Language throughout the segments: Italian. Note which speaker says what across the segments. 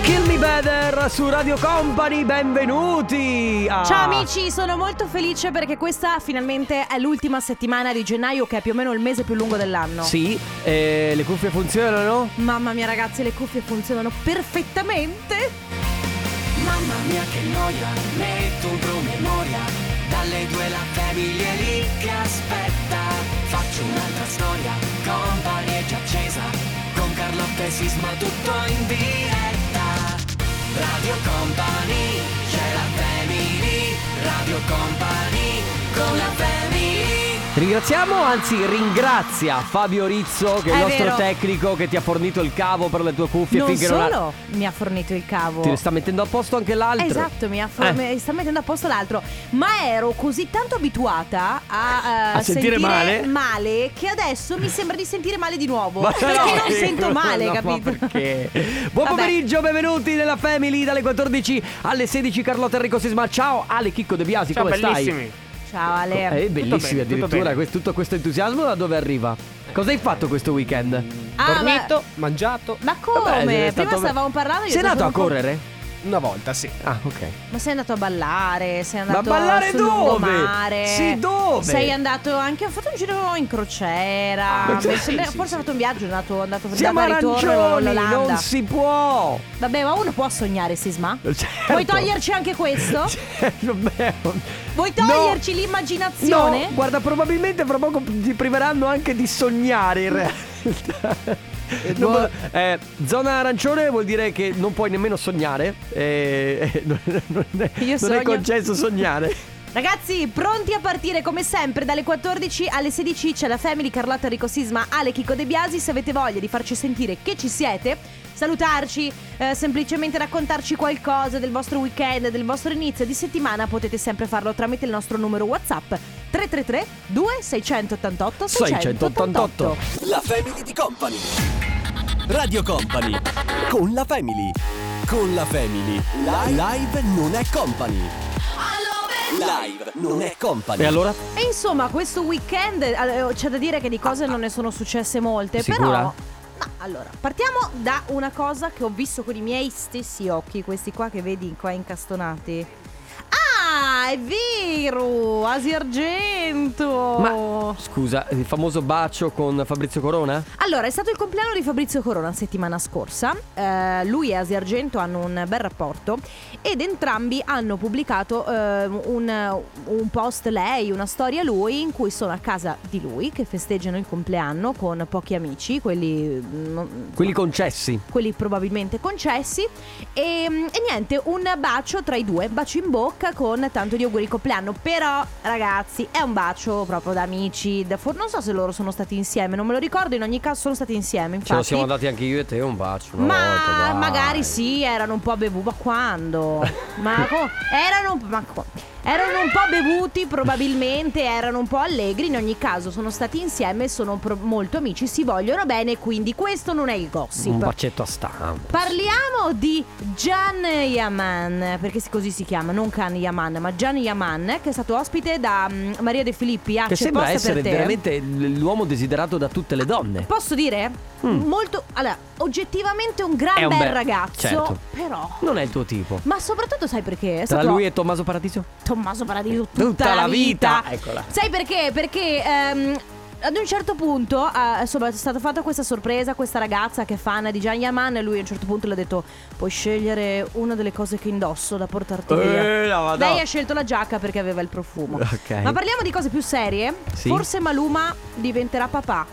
Speaker 1: Kill Me Better su Radio Company, benvenuti! a-
Speaker 2: Ciao amici, sono molto felice perché questa finalmente è l'ultima settimana di gennaio che è più o meno il mese più lungo dell'anno.
Speaker 1: Sì, eh, le cuffie funzionano?
Speaker 2: Mamma mia ragazzi, le cuffie funzionano perfettamente.
Speaker 3: Mamma mia che noia, metto un promemoria Dalle due la famiglia è lì che aspetta Faccio un'altra storia, company è già accesa Con Carlotta e Sisma tutto in diretta Radio Company, c'è la family Radio Company, con la family
Speaker 1: Ringraziamo, anzi ringrazia Fabio Rizzo che è il
Speaker 2: È
Speaker 1: nostro
Speaker 2: vero.
Speaker 1: tecnico che ti ha fornito il cavo per le tue cuffie
Speaker 2: non
Speaker 1: finché non ha...
Speaker 2: solo mi ha fornito il cavo.
Speaker 1: Ti sta mettendo a posto anche l'altro.
Speaker 2: Esatto, mi, ha for-
Speaker 1: Eh.
Speaker 2: mi sta mettendo a posto l'altro. Ma ero così tanto abituata a, eh,
Speaker 1: A sentire male?
Speaker 2: male che adesso mi sembra di sentire male di nuovo.
Speaker 1: Ma
Speaker 2: perché
Speaker 1: no,
Speaker 2: non
Speaker 1: eh,
Speaker 2: sento male,
Speaker 1: no, ma
Speaker 2: capito?
Speaker 1: perché? Buon
Speaker 2: Vabbè.
Speaker 1: pomeriggio, benvenuti nella Family dalle 14 alle 16 Carlotta Enrico Sisma. Ciao Ale Chicco De Biasi,
Speaker 4: Ciao
Speaker 1: come
Speaker 4: bellissimi.
Speaker 2: Ciao Ale.
Speaker 1: stai? Eh, bellissimi
Speaker 4: bene, tutto
Speaker 1: addirittura
Speaker 4: bene.
Speaker 1: que- tutto questo entusiasmo da dove arriva? Cosa hai fatto questo weekend?
Speaker 2: Ah,
Speaker 4: Dormito, Mm. mangiato.
Speaker 2: Ma come?
Speaker 1: Vabbè, è stato-
Speaker 2: Prima stavamo parlando di
Speaker 1: Sei andato a correre?
Speaker 4: Una volta, sì.
Speaker 1: Ah, ok.
Speaker 2: Ma sei andato a ballare, sei andato
Speaker 1: ballare
Speaker 2: sul
Speaker 1: dove?
Speaker 2: lungomare.
Speaker 1: Sì, dove?
Speaker 2: Sei andato anche ho fatto un giro in crociera.
Speaker 1: Ah,
Speaker 2: Mi
Speaker 1: sì,
Speaker 2: sembra-
Speaker 4: sì,
Speaker 2: forse
Speaker 4: sì.
Speaker 2: hai fatto un viaggio, è andato, è andato
Speaker 1: Siamo
Speaker 2: andava e ritorno
Speaker 1: arancioni,
Speaker 2: all'Olanda.
Speaker 1: non Eh, si può. Certo.
Speaker 2: Vabbè, ma uno può sognare, Sisma? Vuoi toglierci anche questo?
Speaker 1: Vabbè.
Speaker 2: Vuoi
Speaker 1: No.
Speaker 2: toglierci
Speaker 1: No,
Speaker 2: l'immaginazione?
Speaker 1: guarda, probabilmente fra poco ti priveranno anche di sognare in realtà. Non
Speaker 4: Guarda-
Speaker 1: po- eh, zona arancione vuol dire che non puoi nemmeno sognare. eh, eh, non, non è,
Speaker 2: Io
Speaker 1: non è
Speaker 2: sogno.
Speaker 1: concesso sognare.
Speaker 2: Ragazzi, pronti a partire come sempre dalle 14 alle 16 c'è la Family Carlotta Enrico Sisma, Ale Chico De Biasi, se avete voglia di farci sentire che ci siete, salutarci, eh, semplicemente raccontarci qualcosa del vostro weekend, del vostro inizio di settimana, potete sempre farlo tramite il nostro numero WhatsApp 333 2688 688.
Speaker 3: La family di Company Radio Company, con la family Con la family Live non è company Live non è company
Speaker 1: E allora?
Speaker 2: E insomma, questo weekend eh, c'è da dire che di cose non ne sono successe molte,
Speaker 1: Sicura?
Speaker 2: però No, allora, partiamo da una cosa che ho visto con i miei stessi occhi, questi qua che vedi qua incastonati. Ah, è vero! Asi Argento!
Speaker 1: Ma scusa, il famoso bacio con Fabrizio Corona?
Speaker 2: Allora, è stato il compleanno di Fabrizio Corona settimana scorsa. Eh, lui e Asi Argento hanno un bel rapporto ed entrambi hanno pubblicato eh, un, un post lei, una storia lui, in cui sono a casa di lui che festeggiano il compleanno con pochi amici, quelli mm,
Speaker 1: Quelli concessi.
Speaker 2: quelli probabilmente concessi. E, e niente, un bacio tra i due, bacio in bocca con tanto di auguri di compleanno. Però, ragazzi, è un bacio proprio da amici. da for- non so se loro sono stati insieme, non me lo ricordo. In ogni caso, sono stati insieme. Infatti.
Speaker 1: Ce lo siamo dati anche io e te un bacio. una volta,
Speaker 2: Ma
Speaker 1: dai.
Speaker 2: magari sì, erano un po' bevuti. Ma quando? Ma co- erano, ma co- erano un po' bevuti, probabilmente erano un po' allegri. In ogni caso, sono stati insieme, sono pro- molto amici, si vogliono bene. Quindi, questo non è il gossip.
Speaker 1: Un bacetto a
Speaker 2: Ah,
Speaker 1: stampa.
Speaker 2: Parliamo di Gian Yaman, perché si- così si chiama, non Can Yaman, ma Gian Yaman, che è stato ospite da mm, Maria De Filippi a
Speaker 1: Che
Speaker 2: C'è
Speaker 1: sembra
Speaker 2: posto
Speaker 1: essere
Speaker 2: per te.
Speaker 1: veramente l- l'uomo desiderato da tutte le donne.
Speaker 2: Posso dire? Molto, allora, oggettivamente un gran
Speaker 1: Mm. È un
Speaker 2: bel,
Speaker 1: bel-
Speaker 2: ragazzo,
Speaker 1: certo.
Speaker 2: però...
Speaker 1: Non è il tuo tipo.
Speaker 2: Ma soprattutto sai perché?
Speaker 1: Tra
Speaker 2: È stato
Speaker 1: lui e Tommaso Paradiso?
Speaker 2: Tommaso Paradiso tutta,
Speaker 1: Tutta la
Speaker 2: la
Speaker 1: vita. Eh,
Speaker 2: vita.
Speaker 1: Eccola.
Speaker 2: Sai perché? Perché ehm, ad un certo punto eh, insomma, è stata fatta questa sorpresa a questa ragazza che è fan di Gian Yaman e lui a un certo punto le ha detto puoi scegliere una delle cose che indosso da portarti via.
Speaker 1: Eh, la
Speaker 2: Lei ha scelto la giacca perché aveva il profumo.
Speaker 1: Ok.
Speaker 2: Ma parliamo di cose più serie.
Speaker 1: Sì.
Speaker 2: Forse Maluma diventerà papà.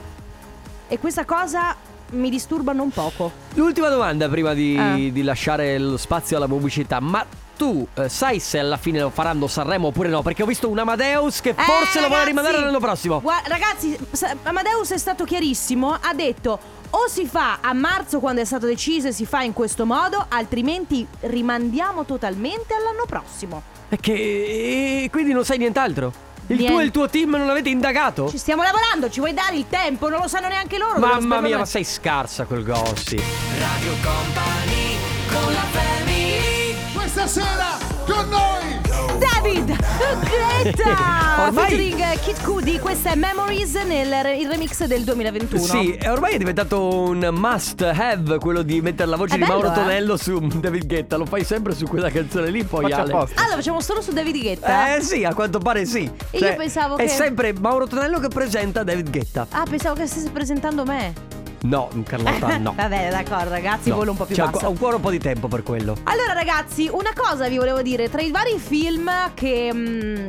Speaker 2: E questa cosa mi disturba non poco.
Speaker 1: L'ultima domanda prima di,
Speaker 2: Eh.
Speaker 1: di lasciare lo spazio alla pubblicità. Ma tu eh, sai se alla fine lo faranno Sanremo oppure no? Perché ho visto un Amadeus che
Speaker 2: Eh,
Speaker 1: forse lo vuole
Speaker 2: ragazzi,
Speaker 1: rimandare l'anno prossimo.
Speaker 2: gua- ragazzi, sa- Amadeus è stato chiarissimo, ha detto o si fa a marzo quando è stato deciso e si fa in questo modo, altrimenti rimandiamo totalmente all'anno prossimo.
Speaker 1: Perché eh, quindi non sai nient'altro. Il tuo
Speaker 2: Niente.
Speaker 1: e il tuo team non avete indagato?
Speaker 2: Ci stiamo lavorando, ci vuoi dare il tempo? Non lo sanno neanche loro. ve lo
Speaker 1: Mamma
Speaker 2: spiego
Speaker 1: mia,
Speaker 2: noi.
Speaker 1: ma sei scarsa quel gossip.
Speaker 3: Radio Company, con la family
Speaker 5: Questa sera con noi
Speaker 2: Davide David Guetta
Speaker 1: Ormai-
Speaker 2: featuring Kid Cudi questa è Memories nel re- il remix del 2021
Speaker 1: Sì, è ormai è diventato un must have quello di mettere la voce
Speaker 2: È
Speaker 1: di
Speaker 2: bello,
Speaker 1: Mauro
Speaker 2: eh?
Speaker 1: Tonello su David Guetta. Lo fai sempre su quella canzone lì, poi
Speaker 4: Faccio
Speaker 1: Ale.
Speaker 4: apposta.
Speaker 2: Ah lo facciamo solo su David Guetta
Speaker 1: Eh sì, a quanto pare sì. Cioè,
Speaker 2: E io pensavo
Speaker 1: È
Speaker 2: che-
Speaker 1: sempre Mauro Tonello che presenta David Guetta.
Speaker 2: Ah pensavo che stessi presentando me
Speaker 1: No, Carlotta, no.
Speaker 2: Va bene d'accordo ragazzi
Speaker 1: No. Cioè,
Speaker 2: volo un po' più
Speaker 1: C'è
Speaker 2: basso
Speaker 1: Ho ancora un po' di tempo per quello.
Speaker 2: Allora ragazzi, una cosa vi volevo dire, tra i vari film che... mm,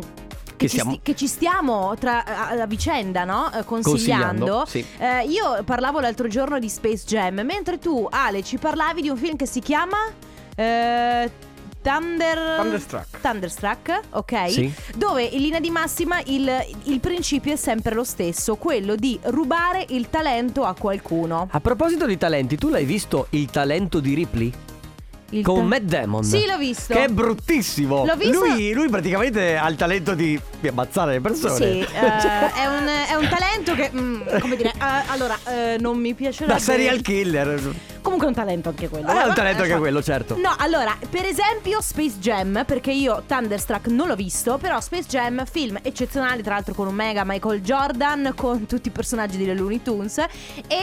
Speaker 1: Che
Speaker 2: ci
Speaker 1: stiamo-
Speaker 2: sti- che ci stiamo tra, a, a vicenda, no? Eh, Consigliando.
Speaker 1: Consigliando, sì.
Speaker 2: Eh, io parlavo l'altro giorno di Space Jam, mentre tu, Ale, ci parlavi di un film che si chiama... eh, Thunder...
Speaker 4: Thunderstruck.
Speaker 2: Thunderstruck, ok?
Speaker 1: Sì.
Speaker 2: Dove in linea di massima il, il principio è sempre lo stesso, quello di rubare il talento a qualcuno.
Speaker 1: A proposito di talenti, tu l'hai visto il talento di Ripley?
Speaker 2: Il
Speaker 1: Con
Speaker 2: ta-
Speaker 1: Matt Damon.
Speaker 2: Sì, l'ho visto.
Speaker 1: Che è bruttissimo.
Speaker 2: L'ho visto-
Speaker 1: Lui, lui praticamente ha il talento di, di ammazzare le persone.
Speaker 2: Sì, eh,
Speaker 1: Cioè,
Speaker 2: è, un, è un talento che, mm, come dire, eh, allora, eh, non mi piacerebbe
Speaker 1: Da serial killer.
Speaker 2: Comunque è un talento anche quello
Speaker 1: Ah, è un
Speaker 2: Vabbè,
Speaker 1: talento anche
Speaker 2: insomma.
Speaker 1: quello, certo.
Speaker 2: No, allora, per esempio Space Jam, perché io Thunderstruck non l'ho visto, però Space Jam, film eccezionale, tra l'altro con Omega, Michael Jordan, con tutti i personaggi delle Looney Tunes, e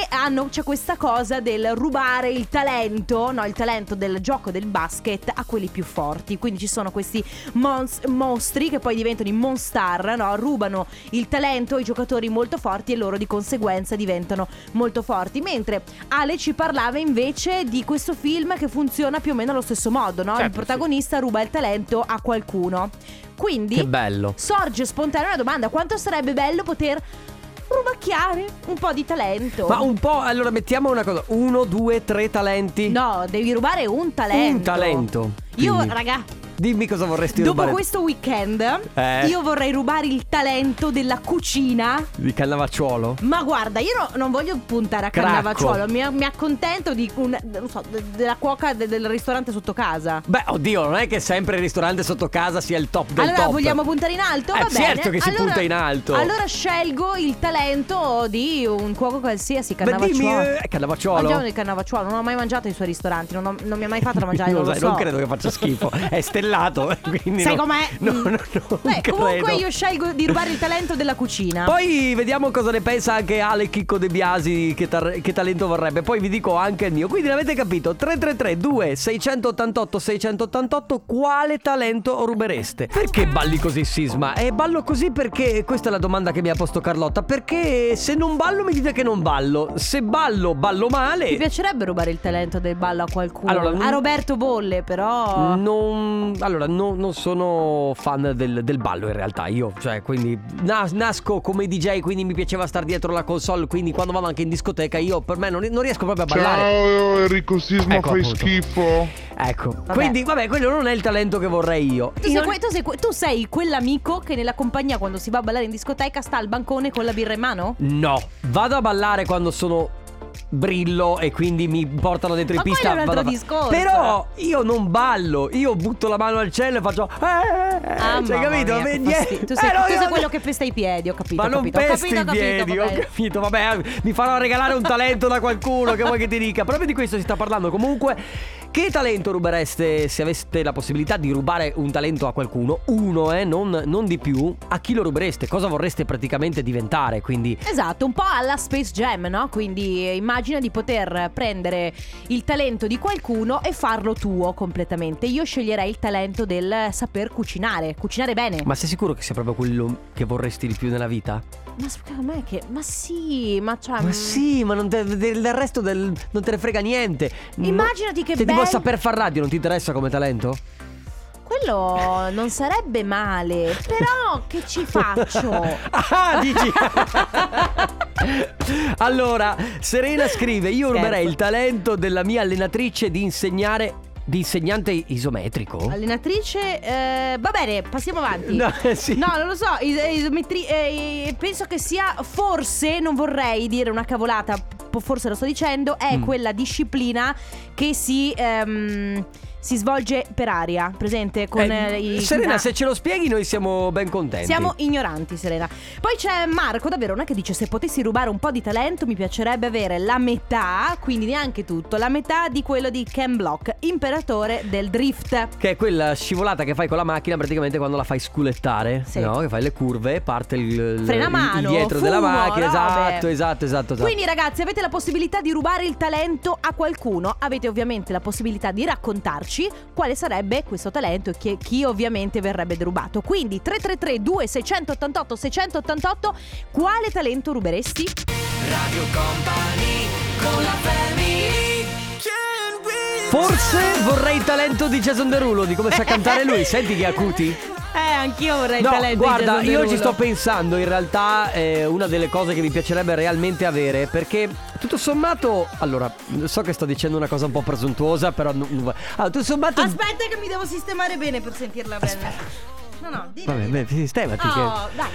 Speaker 2: hanno, c'è questa cosa del rubare il talento, no, il talento del gioco del basket a quelli più forti. Quindi ci sono questi mons- mostri che poi diventano i monstar, no, rubano il talento ai giocatori molto forti e loro di conseguenza diventano molto forti. Mentre Ale ci parlava invece di questo film che funziona più o meno allo stesso modo, no? il
Speaker 4: Certo, sì.
Speaker 2: protagonista ruba il talento a qualcuno.
Speaker 1: Che
Speaker 2: Quindi
Speaker 1: bello.
Speaker 2: sorge spontanea una domanda: quanto sarebbe bello poter rubacchiare un po' di talento?
Speaker 1: Ma un po', allora mettiamo una cosa. Uno, due, tre talenti.
Speaker 2: No, devi rubare un talento.
Speaker 1: Un talento.
Speaker 2: Io,
Speaker 1: Quindi,
Speaker 2: raga,
Speaker 1: Dimmi cosa vorresti
Speaker 2: dopo
Speaker 1: rubare.
Speaker 2: questo weekend,
Speaker 1: Eh.
Speaker 2: io vorrei rubare il talento della cucina.
Speaker 1: Di Cannavacciuolo?
Speaker 2: Ma guarda, io no- non voglio puntare a
Speaker 1: Cracco.
Speaker 2: Cannavacciuolo, mi, mi accontento di un- non so, de- della cuoca de- del ristorante sotto casa.
Speaker 1: Beh, oddio, non è che sempre il ristorante sotto casa sia il top del
Speaker 2: allora
Speaker 1: top.
Speaker 2: vogliamo puntare in alto?
Speaker 1: Eh,
Speaker 2: Va bene.
Speaker 1: certo che si
Speaker 2: Allora-
Speaker 1: punta in alto.
Speaker 2: Allora scelgo il talento di un cuoco qualsiasi,
Speaker 1: Beh,
Speaker 2: Cannavacciuolo.
Speaker 1: dimmi, eh, Cannavacciuolo?
Speaker 2: Mangiamo il Cannavacciuolo, non ho mai mangiato ai suoi ristoranti, non, ho- non mi ha mai fatto da mangiare,
Speaker 1: non,
Speaker 2: non,
Speaker 1: lo
Speaker 2: lo
Speaker 1: sai,
Speaker 2: so.
Speaker 1: non credo che faccia schifo. È stellato. Quindi
Speaker 2: Sai
Speaker 1: no-
Speaker 2: com'è?
Speaker 1: No,
Speaker 2: Mm.
Speaker 1: no, no, non
Speaker 2: Beh, comunque
Speaker 1: credo.
Speaker 2: io scelgo di rubare il talento della cucina.
Speaker 1: Poi vediamo cosa ne pensa anche Ale Chicco De Biasi, che, tar- che talento vorrebbe. Poi vi dico anche il mio. Quindi l'avete capito? 333 2688 688 quale talento rubereste? Perché balli così Sisma? E ballo così perché questa è la domanda che mi ha posto Carlotta, perché se non ballo mi dite che non ballo. Se ballo ballo male.
Speaker 2: Mi piacerebbe rubare il talento del ballo a qualcuno.
Speaker 1: Allora, Mm. non-
Speaker 2: a Roberto Bolle, però.
Speaker 1: Non, allora, no- non sono fan del, del ballo in realtà, io, cioè, quindi na- nasco come DJ, quindi mi piaceva star dietro la console, quindi quando vado anche in discoteca io per me non, non riesco proprio a
Speaker 2: Cioè
Speaker 1: ballare.
Speaker 5: Ciao Enrico Sisma,
Speaker 1: Ecco,
Speaker 5: fai
Speaker 1: appunto.
Speaker 5: schifo.
Speaker 1: Ecco, quindi vabbè, quello non è il talento che vorrei io.
Speaker 2: Tu sei, que- tu sei que- tu sei quell'amico che nella compagnia quando si va a ballare in discoteca sta al bancone con la birra in mano?
Speaker 1: No, vado a ballare quando sono brillo e quindi mi portano dentro
Speaker 2: Ma
Speaker 1: in pista.
Speaker 2: quello è un
Speaker 1: vado a
Speaker 2: altro
Speaker 1: fa-
Speaker 2: discorso.
Speaker 1: Però io non ballo, io butto la mano al cielo e faccio... Eh,
Speaker 2: Ah,
Speaker 1: cioè,
Speaker 2: mamma
Speaker 1: capito?
Speaker 2: mia, che
Speaker 1: Niente.
Speaker 2: fastidio. Tu sei,
Speaker 1: Eh, no,
Speaker 2: tu sei
Speaker 1: io-
Speaker 2: quello che pesta i piedi, ho capito.
Speaker 1: Ma
Speaker 2: ho
Speaker 1: non
Speaker 2: capito, ho
Speaker 1: pesti
Speaker 2: capito,
Speaker 1: i
Speaker 2: ho capito,
Speaker 1: piedi,
Speaker 2: va
Speaker 1: ho
Speaker 2: bene.
Speaker 1: capito, vabbè, eh, mi farò regalare un talento da qualcuno che vuoi che ti dica. Proprio di questo si sta parlando comunque. Che talento rubereste se aveste la possibilità di rubare un talento a qualcuno? Uno, eh, non, non di più. A chi lo rubereste? Cosa vorreste praticamente diventare? Quindi
Speaker 2: Esatto, un po' alla Space Jam, no? Quindi eh, immagina di poter prendere il talento di qualcuno e farlo tuo completamente. Io sceglierei il talento del saper cucinare, cucinare bene.
Speaker 1: ma sei sicuro che sia proprio quello che vorresti di più nella vita?
Speaker 2: Ma secondo me che. Ma sì, ma cioè.
Speaker 1: Ma
Speaker 2: mm,
Speaker 1: sì, ma non te- del, del resto del- non te ne frega niente. No-
Speaker 2: Immaginati che
Speaker 1: Se tipo
Speaker 2: bel-
Speaker 1: saper far radio non ti interessa come talento?
Speaker 2: Quello non sarebbe male. Però che ci faccio?
Speaker 1: ah, dici. allora, Serena scrive: Io
Speaker 2: Scherzo.
Speaker 1: ruberei il talento della mia allenatrice di insegnare. Di insegnante isometrico?
Speaker 2: Allenatrice, eh, va bene, passiamo avanti.
Speaker 1: No, eh, sì.
Speaker 2: No, non lo so, is- isometri- eh, penso che sia forse, non vorrei dire una cavolata, po- forse lo sto dicendo, è
Speaker 1: Mm.
Speaker 2: quella disciplina che si... ehm, si svolge per aria, presente con
Speaker 1: Eh,
Speaker 2: eh, i...
Speaker 1: Serena,
Speaker 2: ah,
Speaker 1: se ce lo spieghi, noi siamo ben contenti.
Speaker 2: Siamo ignoranti, Serena. Poi c'è Marco da Verona che dice: Se potessi rubare un po' di talento, mi piacerebbe avere la metà, quindi neanche tutto, la metà di quello di Ken Block, imperatore del drift.
Speaker 1: Che è quella scivolata che fai con la macchina praticamente quando la fai sculettare,
Speaker 2: Sì.
Speaker 1: no? Che fai le curve, parte il,
Speaker 2: Frena
Speaker 1: il-
Speaker 2: mano,
Speaker 1: il dietro
Speaker 2: fumo,
Speaker 1: della macchina.
Speaker 2: robe.
Speaker 1: Esatto, esatto, esatto. esatto.
Speaker 2: Quindi, ragazzi, avete la possibilità di rubare il talento a qualcuno. Avete ovviamente la possibilità di raccontarci quale sarebbe questo talento e chi, chi ovviamente verrebbe derubato. Quindi 333 2688 688 quale talento ruberesti?
Speaker 3: Radio Company con la family
Speaker 1: Forse vorrei il talento di Jason Derulo, di come sa cantare lui. Senti che acuti.
Speaker 2: Eh, anch'io vorrei
Speaker 1: No, guarda, io ci sto pensando. In realtà, eh, una delle cose che mi piacerebbe realmente avere perché. Tutto sommato, allora, so che sto dicendo una cosa un po' presuntuosa, però. non- non va- Allora, tutto sommato.
Speaker 2: Aspetta che mi devo sistemare bene per sentirla bene. No, no, dimmi.
Speaker 1: Vabbè, beh, sistemati. che-
Speaker 2: Oh, dai.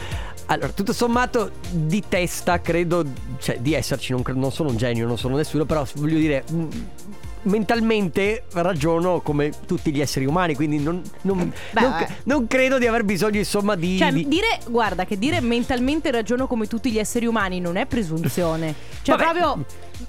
Speaker 1: Allora, tutto sommato, di testa credo, cioè di esserci, non, cre- non sono un genio, non sono nessuno, però voglio dire, mh, mentalmente ragiono come tutti gli esseri umani, quindi non, non-
Speaker 2: Beh,
Speaker 1: non-
Speaker 2: vabbè.
Speaker 1: non credo di aver bisogno, insomma, di...
Speaker 2: Cioè,
Speaker 1: di-
Speaker 2: dire, guarda, che dire mentalmente ragiono come tutti gli esseri umani non è presunzione. Cioè,
Speaker 1: Vabbè.
Speaker 2: proprio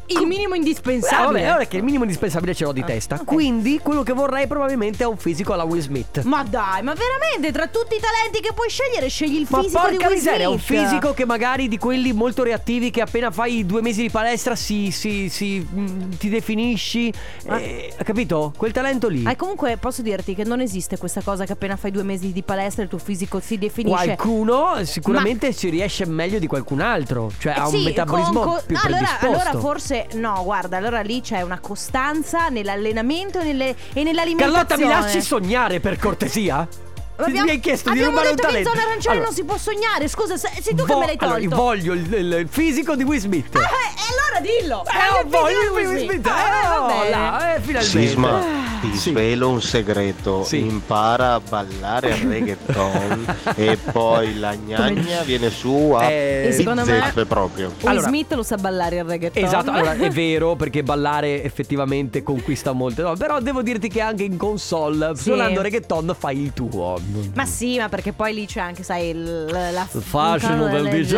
Speaker 2: il
Speaker 1: Com-
Speaker 2: minimo
Speaker 1: Ah,
Speaker 2: indispensabile.
Speaker 1: vabbè, allora che il minimo indispensabile ce l'ho di
Speaker 2: Ah,
Speaker 1: testa.
Speaker 2: ok.
Speaker 1: Quindi quello che vorrei probabilmente è un fisico alla Will Smith.
Speaker 2: Ma dai, ma veramente tra tutti i talenti che puoi scegliere, scegli il
Speaker 1: Ma
Speaker 2: fisico di
Speaker 1: porca
Speaker 2: Will
Speaker 1: miseria, un
Speaker 2: Smith.
Speaker 1: fisico che magari di quelli molto reattivi che appena fai due mesi di palestra si, si, si- mm, ti definisci.
Speaker 2: Ma-
Speaker 1: eh, capito? Quel talento lì.
Speaker 2: Eh, comunque posso dirti che non esiste questa cosa che appena fai due mesi di palestra il tuo fisico si definisce
Speaker 1: Qualcuno sicuramente si riesce meglio di qualcun altro, cioè
Speaker 2: Eh
Speaker 1: ha un
Speaker 2: sì,
Speaker 1: metabolismo
Speaker 2: con co-
Speaker 1: più
Speaker 2: allora,
Speaker 1: predisposto.
Speaker 2: allora forse no, guarda, allora lì c'è una costanza nell'allenamento e nelle- e nell'alimentazione.
Speaker 1: Carlotta, mi lasci sognare per cortesia? Ti-
Speaker 2: Abbiamo-
Speaker 1: Mi hai chiesto di
Speaker 2: abbiamo
Speaker 1: rubare un
Speaker 2: detto
Speaker 1: talento.
Speaker 2: che in zona arancione
Speaker 1: Allora,
Speaker 2: non si può sognare. Scusa, se- sei tu che
Speaker 1: vo-
Speaker 2: me l'hai tolto.
Speaker 1: allora, io voglio il, il- il fisico di Will Smith.
Speaker 2: Ah, eh, allora dillo.
Speaker 1: Eh,
Speaker 2: Voglio il fisico
Speaker 1: voglio
Speaker 2: di
Speaker 1: il Will Smith.
Speaker 2: Ah, va
Speaker 1: Eh,
Speaker 2: bene.
Speaker 1: là, eh, finalmente. Eh.
Speaker 5: Sisma, ti
Speaker 1: Sì.
Speaker 5: svelo un segreto,
Speaker 1: Sì.
Speaker 5: impara a ballare il reggaeton e poi la gnagna viene su a
Speaker 1: Eh,
Speaker 2: E secondo me-
Speaker 5: zeffe proprio.
Speaker 2: Will
Speaker 1: Allora-
Speaker 2: Smith lo sa ballare il reggaeton.
Speaker 1: Esatto, allora è vero perché ballare effettivamente conquista molte no, però devo dirti che anche in console
Speaker 2: Sì.
Speaker 1: suonando reggaeton fai il tuo.
Speaker 2: Ma sì, ma perché poi lì c'è anche, sai, il, la
Speaker 1: Il fascino del DJ,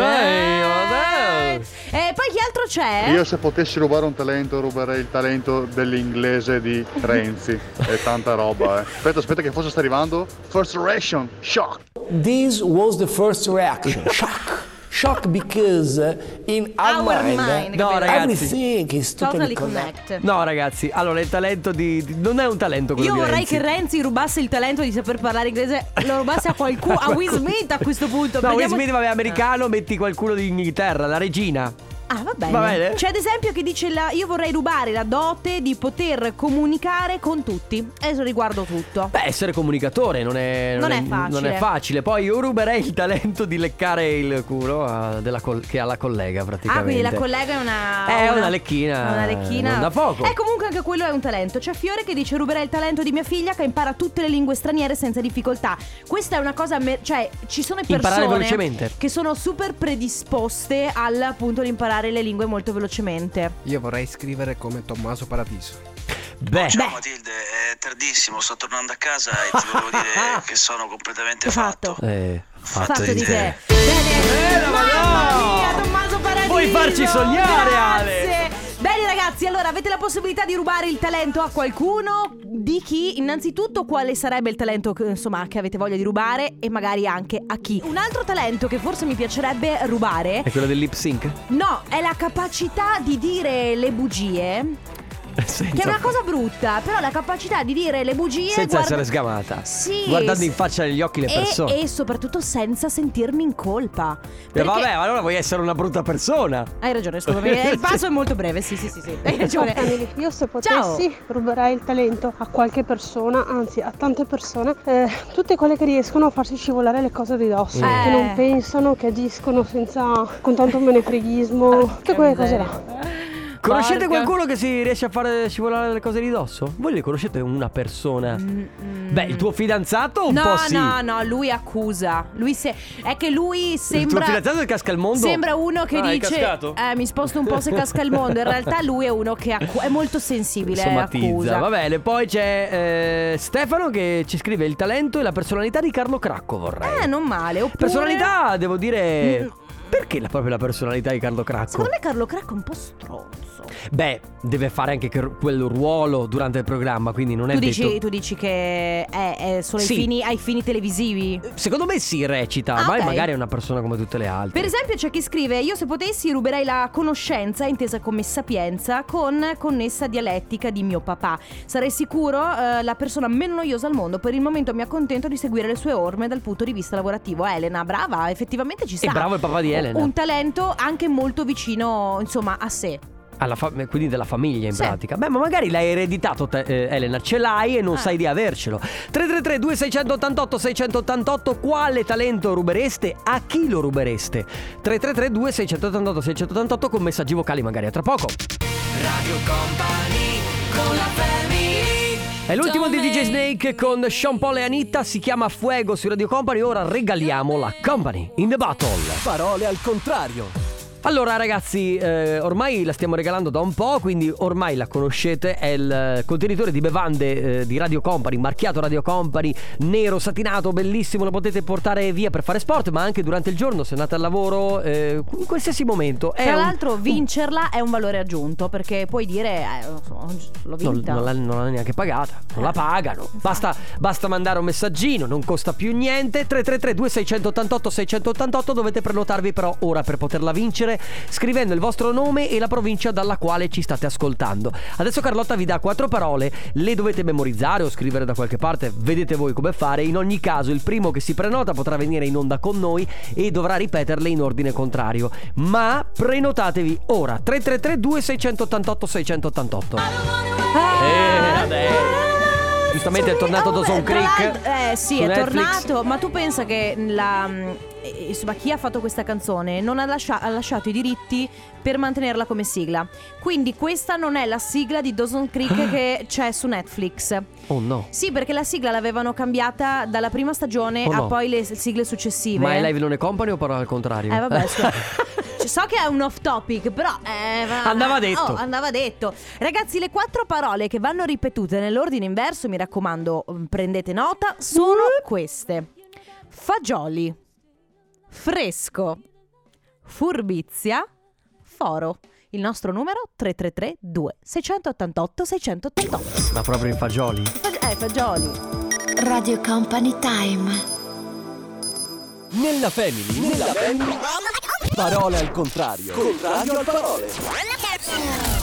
Speaker 1: vabbè.
Speaker 2: E Eh, poi chi altro c'è?
Speaker 6: Io se potessi rubare un talento ruberei il talento dell'inglese di Renzi. È tanta roba, eh. Aspetta, aspetta che forse sta arrivando. First reaction, shock.
Speaker 7: This was the first reaction. Shock. Shock because uh, in our, uh,
Speaker 2: Our mind,
Speaker 1: No,
Speaker 2: capito?
Speaker 1: ragazzi.
Speaker 7: everything is totally,
Speaker 2: Totally connect.
Speaker 1: No ragazzi, allora il talento di... di- non è un talento quello
Speaker 2: Io
Speaker 1: di
Speaker 2: vorrei
Speaker 1: Renzi.
Speaker 2: che Renzi rubasse il talento di saper parlare inglese, lo rubasse a qualcuno, a Will Smith a questo punto.
Speaker 1: No, Will
Speaker 2: Prendiamo-
Speaker 1: Smith vabbè americano, metti qualcuno di Inghilterra, la regina.
Speaker 2: Ah, va bene.
Speaker 1: Va bene?
Speaker 2: C'è ad esempio che dice la- io vorrei rubare la dote di poter comunicare con tutti. Adesso riguardo tutto.
Speaker 1: Beh, essere comunicatore non è,
Speaker 2: Non è facile.
Speaker 1: non è facile. Poi io ruberei il talento di leccare il culo a- della col- che ha la collega praticamente.
Speaker 2: Ah, quindi la collega è una.
Speaker 1: È una lecchina,
Speaker 2: Una lecchina.
Speaker 1: non
Speaker 2: Ecco,
Speaker 1: da poco.
Speaker 2: E comunque anche quello è un talento. C'è Fiore che dice: Ruberei il talento di mia figlia che impara tutte le lingue straniere senza difficoltà. Questa è una cosa. mer- cioè, ci sono
Speaker 1: Imparare
Speaker 2: persone
Speaker 1: velocemente.
Speaker 2: che sono super predisposte al appunto l'imparare le lingue molto velocemente.
Speaker 4: Io vorrei scrivere come Tommaso Paradiso.
Speaker 1: Beh,
Speaker 8: Ciao Matilde, è tardissimo, sto tornando a casa e ti volevo dire che sono completamente
Speaker 2: Fatto.
Speaker 8: fatto.
Speaker 1: eh,
Speaker 8: Fatto di te.
Speaker 2: Bene.
Speaker 1: Eh, ma
Speaker 2: Mamma
Speaker 1: no!
Speaker 2: mia, Tommaso Paradiso.
Speaker 1: Vuoi farci sognare, Ale?
Speaker 2: Grazie. Bene ragazzi, allora avete la possibilità di rubare il talento a qualcuno? Di chi? Innanzitutto quale sarebbe il talento che, insomma, che avete voglia di rubare e magari anche a chi? Un altro talento che forse mi piacerebbe rubare,
Speaker 8: Eh.
Speaker 1: è quello del lip sync?
Speaker 2: no, è la capacità di dire le bugie. Che è una cosa brutta, però la capacità di dire le bugie
Speaker 1: Senza
Speaker 2: guarda-
Speaker 1: essere sgamata. Eh,
Speaker 2: Sì,
Speaker 1: Guardando
Speaker 2: sì.
Speaker 1: in faccia negli occhi le
Speaker 2: E-
Speaker 1: persone.
Speaker 2: E, soprattutto senza sentirmi in colpa.
Speaker 1: E
Speaker 2: Perché-
Speaker 1: vabbè, ma allora vuoi essere una brutta persona.
Speaker 2: Hai ragione, scusami. eh, Il passo è molto breve, sì, sì, sì, sì. Hai ragione.
Speaker 9: Io se
Speaker 2: Ciao.
Speaker 9: potessi ruberei il talento a qualche persona, anzi a tante persone, eh, tutte quelle che riescono a farsi scivolare le cose di dosso,
Speaker 2: Mm.
Speaker 9: che
Speaker 2: Eh.
Speaker 9: non pensano, che agiscono senza con tanto menefreghismo, tutte quelle cose là.
Speaker 1: Conoscete
Speaker 2: Ah, Porca.
Speaker 1: qualcuno che si riesce a fare scivolare le cose di dosso? Voi le conoscete una persona? Beh, il tuo fidanzato un
Speaker 2: Mm, No,
Speaker 1: po' sì.
Speaker 2: no, no, lui accusa. Lui se... È che lui
Speaker 1: Il tuo
Speaker 2: sembra.
Speaker 1: fidanzato che casca il mondo?
Speaker 2: Sembra uno che
Speaker 10: Ah, è
Speaker 2: dice:
Speaker 10: cascato?
Speaker 2: eh, Mi sposto un po' se casca il mondo. In realtà, lui è uno che accu- è molto sensibile. e
Speaker 1: Somatizza,
Speaker 2: accusa.
Speaker 1: va bene. Poi c'è eh, Stefano che ci scrive il talento e la personalità di Carlo Cracco, vorrei.
Speaker 2: Eh, non male. Oppure...
Speaker 1: Personalità, devo dire... Perché la, proprio la personalità di Carlo Cracco?
Speaker 2: Secondo me Carlo Cracco è un po' stronzo.
Speaker 1: Beh, deve fare anche che- quel ruolo durante il programma, quindi non è
Speaker 2: Tu
Speaker 1: detto...
Speaker 2: dici, tu dici che è, è solo ai,
Speaker 1: Sì.
Speaker 2: fini, ai fini televisivi?
Speaker 1: Secondo me si recita,
Speaker 2: Ah,
Speaker 1: ma
Speaker 2: ok.
Speaker 1: magari è una persona come tutte le altre.
Speaker 2: Per esempio c'è chi scrive Io se potessi ruberei la conoscenza intesa come sapienza con connessa dialettica di mio papà Sarei sicuro eh, la persona meno noiosa al mondo Per il momento mi accontento di seguire le sue orme dal punto di vista lavorativo Elena, brava, effettivamente ci sta
Speaker 1: E bravo il papà di Elena.
Speaker 2: Un talento anche molto vicino insomma a sé
Speaker 1: Alla fa- eh, quindi della famiglia in
Speaker 2: Sì.
Speaker 1: pratica. Beh, ma magari l'hai ereditato te, eh, Elena, ce l'hai e non
Speaker 2: Ah.
Speaker 1: sai di avercelo. 333 2688 688 quale talento rubereste? A chi lo rubereste? 333 2688 688 con messaggi vocali magari a tra poco. È l'ultimo di DJ Snake con Sean Paul e Anitta, si chiama Fuego su Radio Company, ora regaliamo la Company in the Battle. Parole al contrario. Allora ragazzi, eh, ormai la stiamo regalando da un po', quindi ormai la conoscete, è il eh, contenitore di bevande eh, di Radio Company, marchiato Radio Company, nero, satinato, bellissimo, lo potete portare via per fare sport, ma anche durante il giorno, se andate al lavoro, eh, in qualsiasi momento. È
Speaker 2: Tra
Speaker 1: un-
Speaker 2: l'altro vincerla è un valore aggiunto Perché puoi dire, eh, non so, l'ho
Speaker 1: Non,
Speaker 2: vinta
Speaker 1: non l'ha, non l'ha neanche pagata, non la pagano. Basta, basta mandare un messaggino, non costa più niente. 333-2688-688 dovete prenotarvi però ora per poterla vincere scrivendo il vostro nome e la provincia dalla quale ci state ascoltando. Adesso Carlotta vi dà quattro parole, le dovete memorizzare o scrivere da qualche parte, vedete voi come fare. In ogni caso il primo che si prenota potrà venire in onda con noi e dovrà ripeterle in ordine contrario. Ma prenotatevi ora 333-2688-688. Eh,
Speaker 2: Ah,
Speaker 1: vabbè. Giustamente è tornato da Dawson
Speaker 2: Son
Speaker 1: Creek.
Speaker 2: Eh sì,
Speaker 1: su
Speaker 2: è
Speaker 1: Netflix.
Speaker 2: tornato, ma tu pensa che la eh, insomma chi ha fatto questa canzone non ha, lascia- ha lasciato i diritti per mantenerla come sigla. Quindi questa non è la sigla di Dawson Creek che c'è su Netflix.
Speaker 1: Oh no.
Speaker 2: Sì, perché la sigla l'avevano cambiata dalla prima stagione
Speaker 1: Oh, no.
Speaker 2: a poi le sigle successive.
Speaker 1: Ma è Live non è company o parola al contrario?
Speaker 2: Eh vabbè, scusa. Cioè, So che è un off topic, però eh, va-
Speaker 1: Andava detto.
Speaker 2: Oh, andava detto. Ragazzi, le quattro parole che vanno ripetute nell'ordine inverso, mi raccomando, mm, prendete nota, sono
Speaker 1: Mm.
Speaker 2: queste: fagioli, fresco, furbizia, foro. Il nostro numero 333 688 688.
Speaker 1: Ma proprio in fagioli.
Speaker 2: Eh, fagioli.
Speaker 11: Radio Company Time.
Speaker 1: Nella family, nella family. Parole al contrario. Contrario al parole.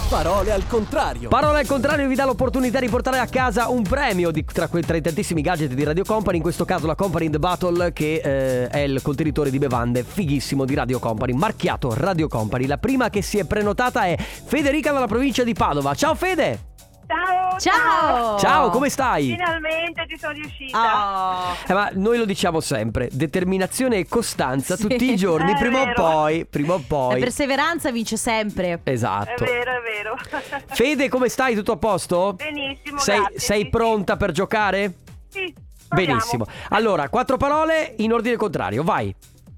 Speaker 1: Parole al contrario. Parole al contrario vi dà l'opportunità di portare a casa un premio di- tra, que- tra i tantissimi gadget di Radio Company, in questo caso la Company in the Battle che eh, è il contenitore di bevande fighissimo di Radio Company, marchiato Radio Company. La prima che si è prenotata è Federica dalla provincia di Padova. Ciao Fede!
Speaker 9: Ciao!
Speaker 2: Ciao!
Speaker 1: Ciao, come stai?
Speaker 9: Finalmente ci sono riuscita.
Speaker 2: Oh.
Speaker 1: Eh, ma noi lo diciamo sempre, determinazione e costanza
Speaker 2: Sì.
Speaker 1: tutti i giorni,
Speaker 9: È
Speaker 1: prima o
Speaker 9: vero.
Speaker 1: poi, prima o
Speaker 2: La
Speaker 1: poi.
Speaker 2: perseveranza vince sempre.
Speaker 9: È
Speaker 1: Esatto.
Speaker 9: vero, è vero.
Speaker 1: Fede, come stai? Tutto a posto?
Speaker 9: Benissimo,
Speaker 1: Sei,
Speaker 9: grazie.
Speaker 1: sei
Speaker 9: Sì,
Speaker 1: pronta per giocare?
Speaker 9: Sì, proviamo.
Speaker 1: Benissimo. Allora, quattro parole in ordine contrario, vai.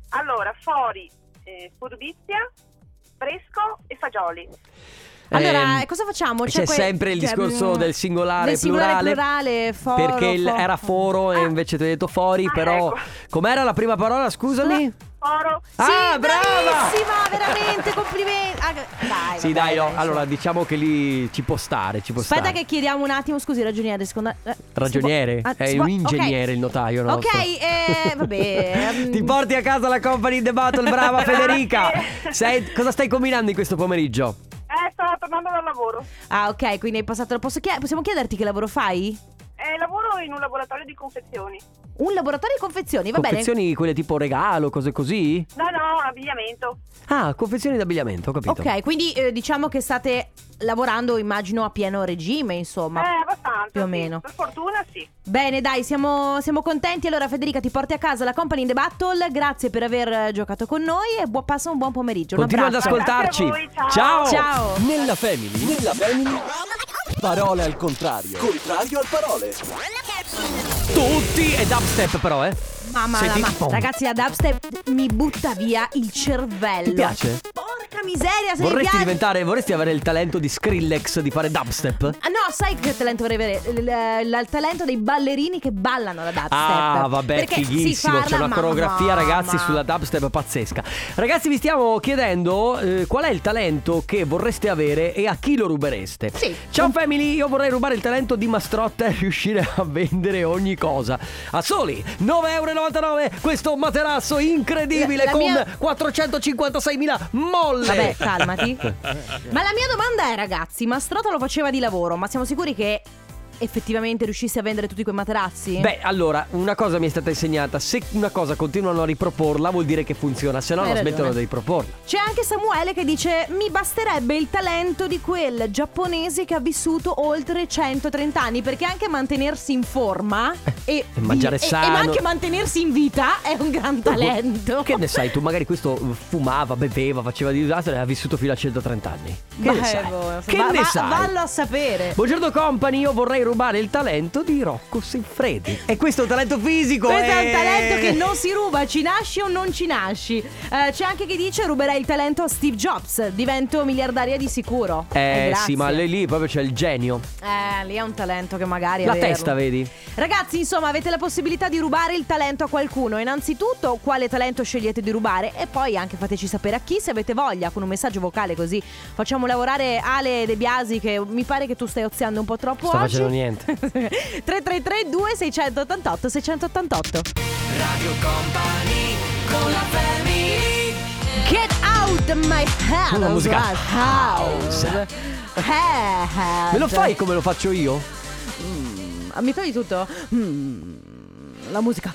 Speaker 9: Allora, fuori, eh, furbizia, fresco e fagioli.
Speaker 2: Allora,
Speaker 1: Ehm,
Speaker 2: cosa facciamo?
Speaker 1: C'è,
Speaker 2: que-
Speaker 1: sempre il
Speaker 2: cioè,
Speaker 1: discorso
Speaker 2: mm,
Speaker 1: del singolare
Speaker 2: del singolare
Speaker 1: plurale.
Speaker 2: plurale, foro,
Speaker 1: perché il-
Speaker 2: fo-
Speaker 1: era foro e
Speaker 9: Ah.
Speaker 1: invece ti ho detto fori,
Speaker 9: Ah,
Speaker 1: però...
Speaker 9: ecco.
Speaker 1: Com'era la prima parola, scusami?
Speaker 9: Oro,
Speaker 2: Sì,
Speaker 1: Ah, brava!
Speaker 2: bravissima, veramente, complimenti. Ah, dai,
Speaker 1: Sì,
Speaker 2: vabbè,
Speaker 1: dai, no.
Speaker 2: insomma.
Speaker 1: Allora, diciamo che lì ci può stare, ci può
Speaker 2: Aspetta
Speaker 1: stare.
Speaker 2: che chiediamo un attimo, scusi, ragioniere, seconda... eh,
Speaker 1: Ragioniere?
Speaker 2: si può- ah,
Speaker 1: è un
Speaker 2: si può- ok.
Speaker 1: ingegnere il notaio nostro.
Speaker 2: Ok, eh, vabbè. ehm,
Speaker 1: Ti porti a casa la company in the battle, brava
Speaker 9: Grazie.
Speaker 1: Federica. Sei- cosa stai combinando in questo pomeriggio?
Speaker 9: eh, sto tornando dal lavoro.
Speaker 2: Ah, ok, quindi hai passato... Posso chied- possiamo chiederti che lavoro fai?
Speaker 9: Eh, lavoro in un laboratorio di confezioni.
Speaker 2: Un laboratorio di confezioni, va
Speaker 1: confezioni quelle tipo regalo, cose così?
Speaker 10: No, no, abbigliamento.
Speaker 1: Ah, confezioni d'abbigliamento, ho capito.
Speaker 2: bene. Ok, quindi eh, diciamo che state lavorando, immagino, a pieno regime, insomma.
Speaker 10: Eh, abbastanza.
Speaker 2: Più o
Speaker 10: sì.
Speaker 2: meno.
Speaker 10: Per fortuna sì.
Speaker 2: Bene, dai, siamo, siamo contenti. Allora, Federica, ti porti a casa la Company in the Battle. Grazie per aver eh, giocato con noi e buon passa un buon pomeriggio. Un
Speaker 1: Continua ad
Speaker 2: abbraccio.
Speaker 1: ascoltarci.
Speaker 2: ciao. Ciao.
Speaker 12: Nella family, nella family. Parole al contrario. Contrario al parole.
Speaker 1: Tutti e dubstep però, eh.
Speaker 2: Mamma,
Speaker 1: Senti- boh.
Speaker 2: mamma,
Speaker 1: Pom.
Speaker 2: ragazzi, la dubstep mi butta via il cervello.
Speaker 1: Ti piace?
Speaker 2: Porca miseria, se mi
Speaker 1: Vorresti
Speaker 2: piace.
Speaker 1: diventare, vorresti avere il talento di Skrillex di fare dubstep?
Speaker 2: Ah, no, sai che talento vorrei avere? Il, il- il talento dei ballerini che ballano la dubstep.
Speaker 1: Ah, vabbè,
Speaker 2: Perché si
Speaker 1: fighissimo.
Speaker 2: parla,
Speaker 1: C'è una
Speaker 2: ma-
Speaker 1: coreografia, ragazzi,
Speaker 2: mamma.
Speaker 1: sulla dubstep pazzesca. Ragazzi, vi stiamo chiedendo eh, qual è il talento che vorreste avere e a chi lo rubereste.
Speaker 3: Sì.
Speaker 1: Ciao family, io vorrei rubare il talento di Mastrotta e riuscire a vendere ogni cosa. A soli 9,99 euro questo materasso incredibile
Speaker 2: La- la
Speaker 1: con
Speaker 2: mia-
Speaker 1: 456.000 molle.
Speaker 2: Vabbè, calmati. Ma la mia domanda è, ragazzi, Mastrota lo faceva di lavoro, ma siamo sicuri che effettivamente riuscisse a vendere tutti quei materazzi?
Speaker 1: Beh, allora, una cosa mi è stata insegnata, se una cosa continuano a riproporla vuol dire che funziona, se no
Speaker 2: Hai
Speaker 1: la
Speaker 2: ragione.
Speaker 1: smettono di riproporla.
Speaker 2: C'è anche Samuele che dice mi basterebbe il talento di quel giapponese che ha vissuto oltre 130 anni perché anche mantenersi in forma e,
Speaker 1: Eh, e mangiare
Speaker 2: e- e-
Speaker 1: sano.
Speaker 2: ma anche mantenersi in vita è un gran talento.
Speaker 1: Che ne sai, tu magari questo fumava, beveva, faceva di disastro e ha vissuto fino a 130 anni. Che ne
Speaker 2: Beh,
Speaker 1: sai?
Speaker 2: boh,
Speaker 1: Che
Speaker 2: va-
Speaker 1: ne
Speaker 2: va-
Speaker 1: sai?
Speaker 2: Vallo a sapere.
Speaker 1: Buongiorno company, io vorrei rubare il talento di Rocco Siffredi. E questo è un talento fisico.
Speaker 2: Questo è
Speaker 1: eh.
Speaker 2: un talento che non si ruba, ci nasci o non ci nasci. Eh, c'è anche chi dice ruberai il talento a Steve Jobs, divento miliardaria di sicuro.
Speaker 1: Eh
Speaker 2: grazie.
Speaker 1: sì, ma lei lì proprio c'è il genio.
Speaker 2: Eh, lì è un talento che magari è
Speaker 1: La
Speaker 2: vero.
Speaker 1: testa, vedi?
Speaker 2: Ragazzi, insomma, avete la possibilità di rubare il talento a qualcuno. Innanzitutto, quale talento scegliete di rubare? E poi anche fateci sapere a chi, se avete voglia, con un messaggio vocale così. Facciamo lavorare Ale De Biasi, che mi pare che tu stai oziando un po' troppo
Speaker 1: Sta
Speaker 2: oggi.
Speaker 1: facendo niente.
Speaker 2: 333 2688 688
Speaker 3: Radio Company con la family.
Speaker 2: Get out my house
Speaker 1: Una musica
Speaker 2: my house.
Speaker 1: house.
Speaker 2: Eh,
Speaker 1: Me lo
Speaker 2: eh.
Speaker 1: fai come lo faccio io?
Speaker 2: Ah, Mi togli tutto? Mm, la musica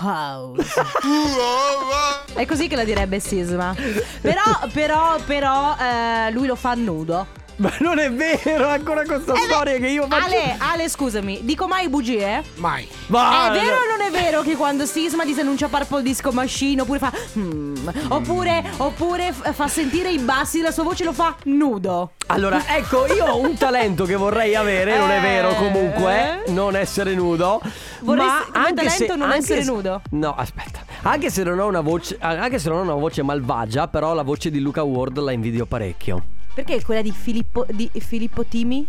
Speaker 2: house. È così che la direbbe Sisma. Però, però, però, eh, lui lo fa nudo.
Speaker 1: Ma non è vero, ancora questa storia che io faccio.
Speaker 2: Ale, Ale, scusami, dico mai bugie?
Speaker 4: Mai.
Speaker 1: Ma-
Speaker 2: è vero o non è vero che quando Sisma disannuncia Purple Disco Machine oppure fa "Mm", oppure, oppure f- fa sentire i bassi della sua voce lo fa nudo?
Speaker 1: Allora, ecco, io ho un talento che vorrei avere, non è vero comunque, eh, non essere nudo.
Speaker 2: Eh. Vorresti-
Speaker 1: ma
Speaker 2: come
Speaker 1: anche se,
Speaker 2: talento non
Speaker 1: anche
Speaker 2: essere
Speaker 1: se-
Speaker 2: nudo?
Speaker 1: No, aspetta. Anche se non ho una voce anche se non ho una voce malvagia, però la voce di Luca Ward la invidio parecchio.
Speaker 2: Perché quella di Filippo, di Filippo Timi?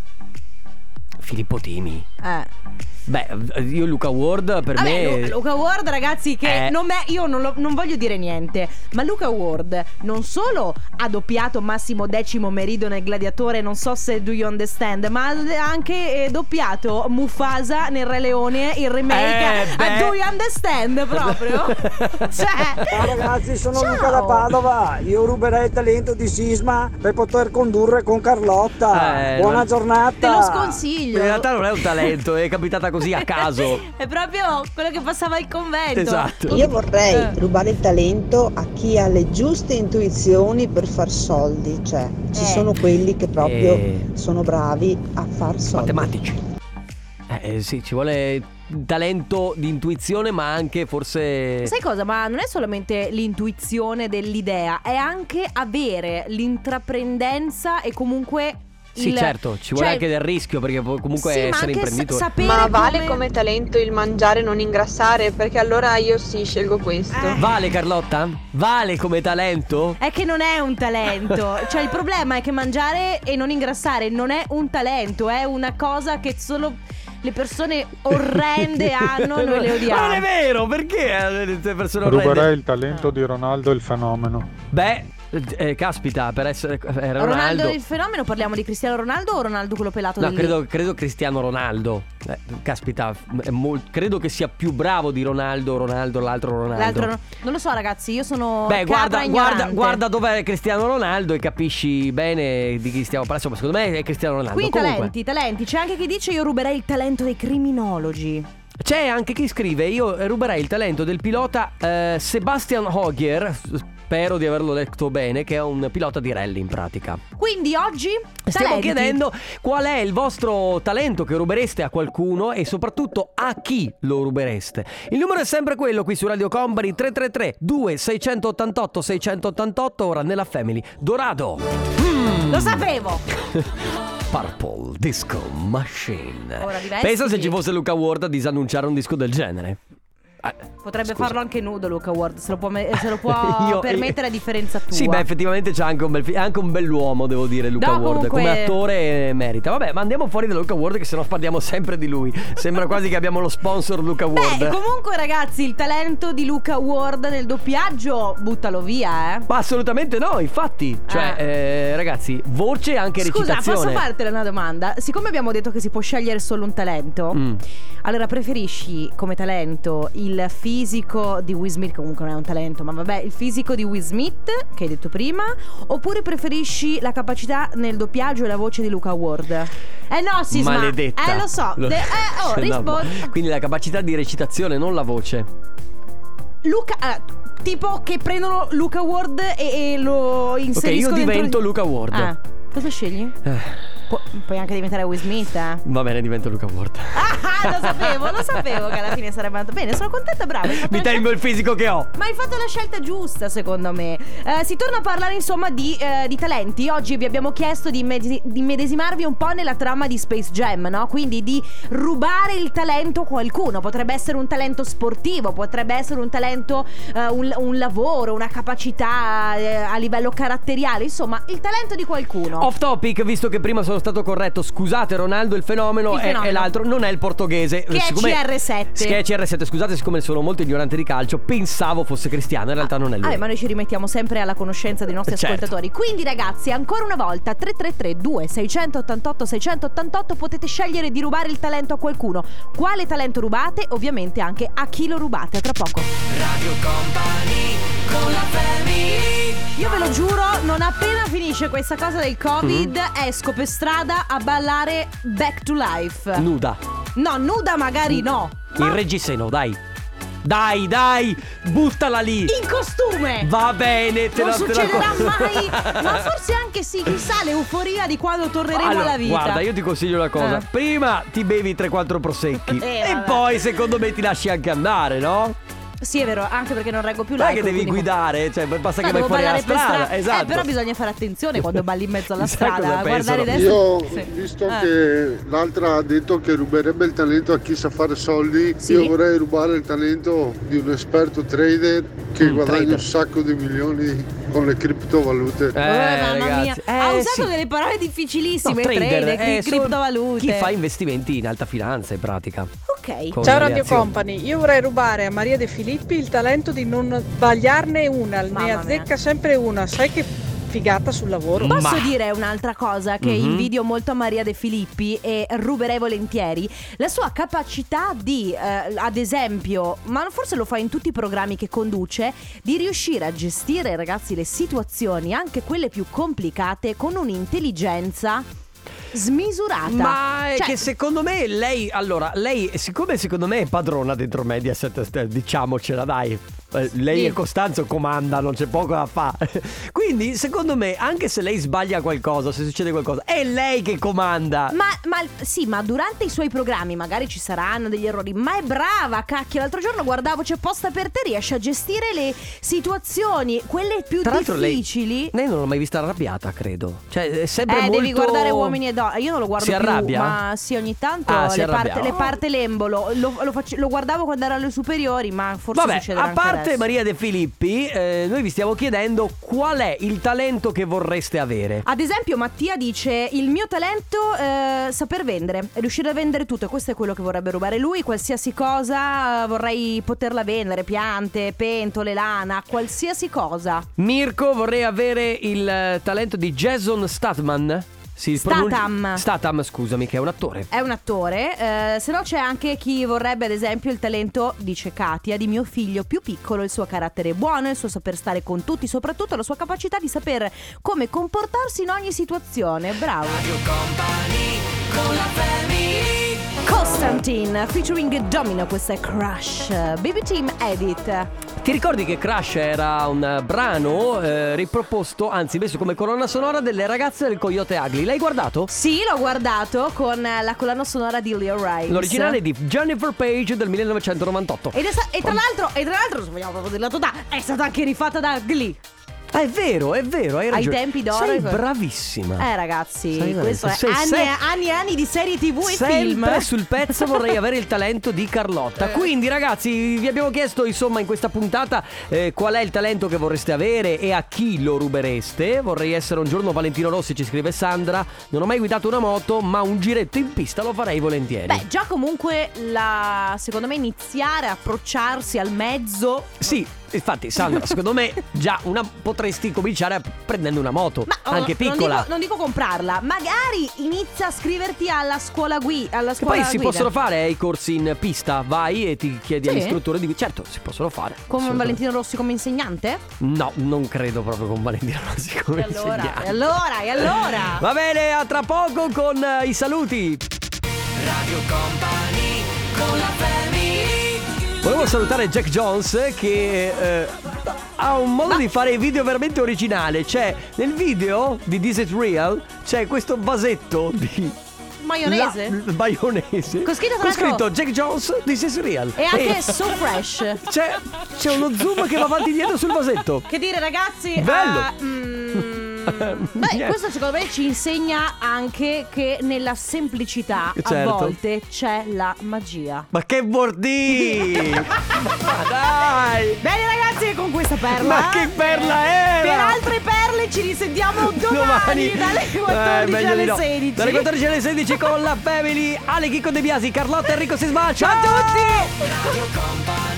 Speaker 1: Filippo Timi.
Speaker 2: Eh.
Speaker 1: Beh, io Luca Ward per
Speaker 2: Vabbè,
Speaker 1: me
Speaker 2: Lu- Luca Ward, ragazzi, che
Speaker 1: Eh.
Speaker 2: non me- io non, lo- non voglio dire niente, ma Luca Ward non solo ha doppiato Massimo Decimo Merido nel Gladiatore, non so se do you understand, ma ha anche eh, doppiato Mufasa nel Re Leone, il remake
Speaker 3: Eh, beh.
Speaker 2: a do you understand proprio. cioè,
Speaker 13: Ciao ragazzi, sono
Speaker 2: Ciao.
Speaker 13: Luca da Padova. Io ruberei il talento di Sisma per poter condurre con Carlotta.
Speaker 1: Eh,
Speaker 13: Buona
Speaker 1: non-
Speaker 13: giornata.
Speaker 2: te lo sconsiglio.
Speaker 1: in realtà non è un talento, è capitata così a caso.
Speaker 2: È proprio quello che passava al convento. Eh.
Speaker 1: Esatto.
Speaker 14: Io vorrei rubare il talento a chi ha le giuste intuizioni per far soldi, cioè ci
Speaker 2: Eh.
Speaker 14: sono quelli che proprio
Speaker 1: Eh.
Speaker 14: sono bravi a far soldi.
Speaker 1: Matematici. Eh eh, sì, ci vuole talento di intuizione, ma anche forse
Speaker 2: Sai cosa? Ma non è solamente l'intuizione dell'idea, è anche avere l'intraprendenza e comunque.
Speaker 1: Sì,
Speaker 2: il-
Speaker 1: certo, ci vuole
Speaker 2: cioè-
Speaker 1: anche del rischio perché può comunque
Speaker 2: Sì, ma
Speaker 1: essere
Speaker 2: anche sa-
Speaker 1: imprenditore.
Speaker 2: sapere
Speaker 15: Ma vale
Speaker 2: come-
Speaker 15: come... talento il mangiare e non ingrassare? Perché allora io sì, scelgo questo.
Speaker 1: Vale Carlotta? Vale come talento?
Speaker 2: È che non è un talento. cioè, il problema è che mangiare e non ingrassare non è un talento, è una cosa che solo le persone orrende hanno e noi le odiamo.
Speaker 1: Ma non è vero, perché queste persone
Speaker 16: Ruberei
Speaker 1: orrende?
Speaker 16: il talento di Ronaldo il fenomeno.
Speaker 1: Beh, eh, caspita, per essere eh, Ronaldo.
Speaker 2: Ronaldo il fenomeno, parliamo di Cristiano Ronaldo o Ronaldo quello pelato
Speaker 1: No,
Speaker 2: del-
Speaker 1: credo, credo Cristiano Ronaldo. Eh, caspita, è mol- credo che sia più bravo di Ronaldo, Ronaldo, l'altro Ronaldo.
Speaker 2: L'altro no- non lo so, ragazzi, io sono
Speaker 1: Beh, guarda,
Speaker 2: capra
Speaker 1: guarda,
Speaker 2: ignorante.
Speaker 1: guarda dov'è Cristiano Ronaldo e capisci bene di chi stiamo parlando. Insomma, secondo me è Cristiano Ronaldo.
Speaker 2: Quindi
Speaker 1: Comunque,
Speaker 2: talenti, talenti. C'è anche chi dice io ruberei il talento dei criminologi.
Speaker 1: C'è anche chi scrive: Io ruberei il talento del pilota eh, Sebastian Hogier. Spero di averlo letto bene, che è un pilota di rally in pratica.
Speaker 2: Quindi oggi
Speaker 1: Stiamo
Speaker 2: talenti.
Speaker 1: chiedendo qual è il vostro talento che rubereste a qualcuno e soprattutto a chi lo rubereste. Il numero è sempre quello qui su Radio Company 333 2688 688 ora nella Family Dorado. Mm.
Speaker 2: Lo sapevo.
Speaker 1: Purple Disco Machine.
Speaker 2: Ora di vestiti.
Speaker 1: Pensa se ci fosse Luca Ward a disannunciare un disco del genere. Eh,
Speaker 2: Potrebbe
Speaker 1: scusa.
Speaker 2: farlo anche nudo Luca Ward, se lo può, me- se lo può
Speaker 1: Io-
Speaker 2: permettere a differenza tua.
Speaker 1: Sì, beh, effettivamente c'è anche un, bel, fi- è anche un bell'uomo, devo dire, Luca
Speaker 2: No,
Speaker 1: Ward.
Speaker 2: comunque-
Speaker 1: Come attore eh, merita. Vabbè, ma andiamo fuori da Luca Ward, che sennò parliamo sempre di lui. Sembra quasi che abbiamo lo sponsor Luca Ward.
Speaker 2: Beh, comunque ragazzi, il talento di Luca Ward nel doppiaggio, buttalo via, eh.
Speaker 1: Ma assolutamente no, infatti. Cioè, eh, ragazzi, voce e anche
Speaker 2: Ah. Scusa, posso
Speaker 1: recitazione.
Speaker 2: fartela una domanda? Siccome abbiamo detto che si può scegliere solo un talento,
Speaker 1: Mm.
Speaker 2: allora preferisci come talento il fisico di Will Smith, che comunque non è un talento, ma vabbè, il fisico di Will Smith, che hai detto prima, oppure preferisci la capacità nel doppiaggio e la voce di Luca Ward? Eh no, Sisma.
Speaker 1: Maledetta.
Speaker 2: Eh lo so. De- eh, oh,
Speaker 1: No,
Speaker 2: rispondi.
Speaker 1: ma- Quindi la capacità di recitazione, non la voce.
Speaker 2: Luca... ah, tipo che prendono Luca Ward e, e lo
Speaker 1: Ok,
Speaker 2: inseriscono
Speaker 1: io
Speaker 2: dentro-
Speaker 1: divento Luca Ward.
Speaker 2: Ah, cosa scegli?
Speaker 1: Eh,
Speaker 2: Pu- puoi anche diventare Will Smith, eh.
Speaker 1: va bene, divento Luca Ward.
Speaker 2: Ah, lo sapevo, lo sapevo che alla fine sarebbe andato bene. Sono contenta, brava. hai fatto
Speaker 1: Mi
Speaker 2: la
Speaker 1: tengo il fisico che ho.
Speaker 2: scel- Ma hai fatto la scelta giusta, secondo me. Eh, si torna a parlare, insomma, di, eh, di talenti. Oggi vi abbiamo chiesto di, immedesi- di medesimarvi un po' nella trama di Space Jam, no? Quindi di rubare il talento a qualcuno. Potrebbe essere un talento sportivo, potrebbe essere un talento, eh, un, un lavoro, una capacità eh, a livello caratteriale. Insomma, il talento di qualcuno.
Speaker 1: Off topic, visto che prima sono stato corretto, scusate Ronaldo, il fenomeno,
Speaker 2: Il
Speaker 1: è- È,
Speaker 2: fenomeno.
Speaker 1: l'altro, non è il portoghese.
Speaker 2: Che è CR7.
Speaker 1: Che è CR7, scusate, siccome sono molto ignorante di calcio, pensavo fosse cristiano, in realtà non è lui.
Speaker 2: Vabbè, Ah. ma noi ci rimettiamo sempre alla conoscenza dei nostri
Speaker 1: Certo.
Speaker 2: ascoltatori. Quindi, ragazzi, ancora una volta: 333-2688-688 potete scegliere di rubare il talento a qualcuno. Quale talento rubate? Ovviamente anche a chi lo rubate. A tra poco. Io ve lo giuro, non appena finisce questa cosa del Covid, esco per strada a ballare Back to Life.
Speaker 1: Nuda.
Speaker 2: No, nuda magari no.
Speaker 1: Il reggiseno, dai. Dai, dai, buttala lì.
Speaker 2: In costume!
Speaker 1: Va bene, te
Speaker 2: non
Speaker 1: la te la-
Speaker 2: succederà mai, ma forse anche sì, chissà l'euforia di quando torneremo
Speaker 1: Allora,
Speaker 2: alla vita.
Speaker 1: Ah, Guarda, io ti consiglio una cosa.
Speaker 2: Eh.
Speaker 1: Prima ti bevi 3-4 prosecchi.
Speaker 2: Eh,
Speaker 1: e
Speaker 2: vabbè.
Speaker 1: poi, secondo me, ti lasci anche andare, no?
Speaker 2: Eh, Sì, è vero, anche perché non reggo più
Speaker 1: Non è
Speaker 2: l'alcol
Speaker 1: che devi
Speaker 2: quindi-
Speaker 1: guidare, cioè, basta
Speaker 2: No,
Speaker 1: che vai
Speaker 2: devo
Speaker 1: fuori alla
Speaker 2: ballare per
Speaker 1: strada.
Speaker 2: strada.
Speaker 1: Esatto.
Speaker 2: Eh, però bisogna fare attenzione quando balli in mezzo alla
Speaker 1: Chissà cosa
Speaker 2: strada. Guardare
Speaker 1: pensano.
Speaker 2: adesso.
Speaker 17: Io, visto
Speaker 2: Eh.
Speaker 17: che l'altra ha detto che ruberebbe il talento a chi sa fare soldi, io vorrei rubare il talento di un esperto trader che guadagna un sacco di milioni con le criptovalute.
Speaker 2: Eh, mamma mia, ha usato delle parole difficilissime. trader, cri-
Speaker 1: eh, sono
Speaker 2: criptovalute.
Speaker 1: Chi fa investimenti in alta finanza in pratica?
Speaker 2: Ok.
Speaker 1: Con le
Speaker 18: Ciao Radio
Speaker 1: azioni.
Speaker 18: Company, io vorrei rubare a Maria De Filippi il talento di non sbagliarne una, ne
Speaker 2: Mamma
Speaker 18: azzecca sempre una, sai che figata sul lavoro.
Speaker 2: Posso dire un'altra cosa che
Speaker 18: Mhm.
Speaker 2: invidio molto a Maria De Filippi e ruberei volentieri? La sua capacità di, eh, ad esempio, ma forse lo fa in tutti i programmi che conduce, di riuscire a gestire, ragazzi, le situazioni, anche quelle più complicate, con un'intelligenza smisurata.
Speaker 1: Ma è
Speaker 2: Cioè,
Speaker 1: che secondo me lei, allora, lei, siccome secondo me è padrona dentro Mediaset, eh, diciamocela dai. eh, Lei
Speaker 2: Sì.
Speaker 1: e Costanzo comanda, non c'è poco da fare. Quindi, secondo me, anche se lei sbaglia qualcosa, se succede qualcosa, è lei che comanda.
Speaker 2: Ma, ma- sì, ma durante i suoi programmi magari ci saranno degli errori, ma è brava, cacchio. L'altro giorno guardavo c'è posta per te, riesce a gestire le situazioni, quelle più
Speaker 1: Tra l'altro, lei,
Speaker 2: difficili.
Speaker 1: lei non l'ho mai vista arrabbiata, credo. Cioè, è sempre
Speaker 2: Eh,
Speaker 1: molto
Speaker 2: devi guardare uomini e donne. Io non lo guardo
Speaker 1: Si
Speaker 2: più,
Speaker 1: arrabbia?
Speaker 2: ma sì, ogni tanto
Speaker 1: Ah, si
Speaker 2: le,
Speaker 1: arrabbia.
Speaker 2: parte, le parte l'embolo. Lo, lo face- lo guardavo quando ero alle superiori, ma forse
Speaker 1: Vabbè,
Speaker 2: succederà
Speaker 1: a
Speaker 2: anche
Speaker 1: parte
Speaker 2: adesso.
Speaker 1: Maria De Filippi, eh, noi vi stiamo chiedendo qual è il talento che vorreste avere.
Speaker 2: Ad esempio, Mattia dice: Il mio talento eh, saper vendere, riuscire a vendere tutto. E questo è quello che vorrebbe rubare lui. Qualsiasi cosa eh, vorrei poterla vendere: piante, pentole, lana, qualsiasi cosa.
Speaker 1: Mirko, vorrei avere il eh, talento di Jason Statham. Si
Speaker 2: Statham.
Speaker 1: pronuncia- Statham, scusami, che è un attore.
Speaker 2: È un attore, eh, se no c'è anche chi vorrebbe ad esempio il talento, dice Katia, di mio figlio più piccolo, il suo carattere buono, il suo saper stare con tutti, soprattutto la sua capacità di sapere come comportarsi in ogni situazione. Bravo.
Speaker 3: con la family
Speaker 2: Constantine featuring Domino, questa è Crush. Baby Team Edit.
Speaker 1: Ti ricordi che Crash era un eh, brano eh, riproposto, anzi messo come colonna sonora delle ragazze del Coyote Agli? L'hai guardato?
Speaker 2: Sì, l'ho guardato con eh, la colonna sonora di Leo Rice.
Speaker 1: L'originale di Jennifer Page del 1998.
Speaker 2: Ed è sa- e tra l'altro, e tra l'altro, se vogliamo proprio dirla tutta, è stata anche rifatta da Glee.
Speaker 1: Ah, è vero, è vero, hai
Speaker 2: Ai
Speaker 1: ragione.
Speaker 2: tempi d'oro
Speaker 1: Sei
Speaker 2: e cose-
Speaker 1: bravissima.
Speaker 2: Eh ragazzi,
Speaker 1: Sai,
Speaker 2: questo è
Speaker 1: sei
Speaker 2: anni,
Speaker 1: se-
Speaker 2: anni e anni di serie tv e
Speaker 1: Sempre
Speaker 2: film. Eh.
Speaker 1: sul pezzo vorrei avere il talento di Carlotta. Quindi ragazzi, vi abbiamo chiesto insomma in questa puntata eh, qual è il talento che vorreste avere e a chi lo rubereste. Vorrei essere un giorno Valentino Rossi, ci scrive Sandra. Non ho mai guidato una moto, ma un giretto in pista lo farei volentieri.
Speaker 2: Beh, già comunque la, secondo me iniziare a approcciarsi al mezzo.
Speaker 1: Sì, infatti Sandra, secondo me già una- potresti cominciare prendendo una moto,
Speaker 2: Ma, oh,
Speaker 1: anche piccola.
Speaker 2: Non dico, non dico comprarla, magari inizia a scriverti alla scuola gui. Alla
Speaker 1: Che
Speaker 2: scuola
Speaker 1: poi si
Speaker 2: guida.
Speaker 1: possono fare eh, i corsi in pista, vai e ti chiedi
Speaker 2: Sì?
Speaker 1: all'istruttore di certo si possono fare.
Speaker 2: Come
Speaker 1: assolutamente.
Speaker 2: Valentino Rossi come insegnante?
Speaker 1: No, non credo proprio con Valentino Rossi come
Speaker 2: E allora,
Speaker 1: insegnante.
Speaker 2: e allora, e allora.
Speaker 1: Va bene, a tra poco con eh, i saluti. Volevo salutare Jack Jones eh, che eh, ha un modo di fare i video veramente originale. Cioè, nel video di This Is Real c'è questo vasetto di
Speaker 2: Maionese?
Speaker 1: la- maionese.
Speaker 2: Con scritto, tra
Speaker 1: Con
Speaker 2: l'altro-
Speaker 1: scritto Jack Jones This Is Real.
Speaker 2: E anche
Speaker 1: E
Speaker 2: So Fresh.
Speaker 1: c'è, c'è uno zoom che va avanti e indietro sul vasetto.
Speaker 2: Che dire, ragazzi?
Speaker 1: Bello.
Speaker 2: ah, mm, Beh,
Speaker 1: Niente.
Speaker 2: questo secondo me ci insegna anche che nella semplicità
Speaker 1: Certo.
Speaker 2: a volte c'è la magia.
Speaker 1: Ma che bordì! Ma dai!
Speaker 2: Bene ragazzi, con questa perla.
Speaker 1: Ma che perla era?
Speaker 2: Per altre perle ci risentiamo domani, dalle 14
Speaker 1: Eh, meglio
Speaker 2: alle
Speaker 1: di no.
Speaker 2: 16.
Speaker 1: Dalle 14 alle 16 con la Family Ale Chicco De Biasi, Carlotta Enrico Sisma. Ciao
Speaker 2: Ciao a tutti!
Speaker 3: Radio Company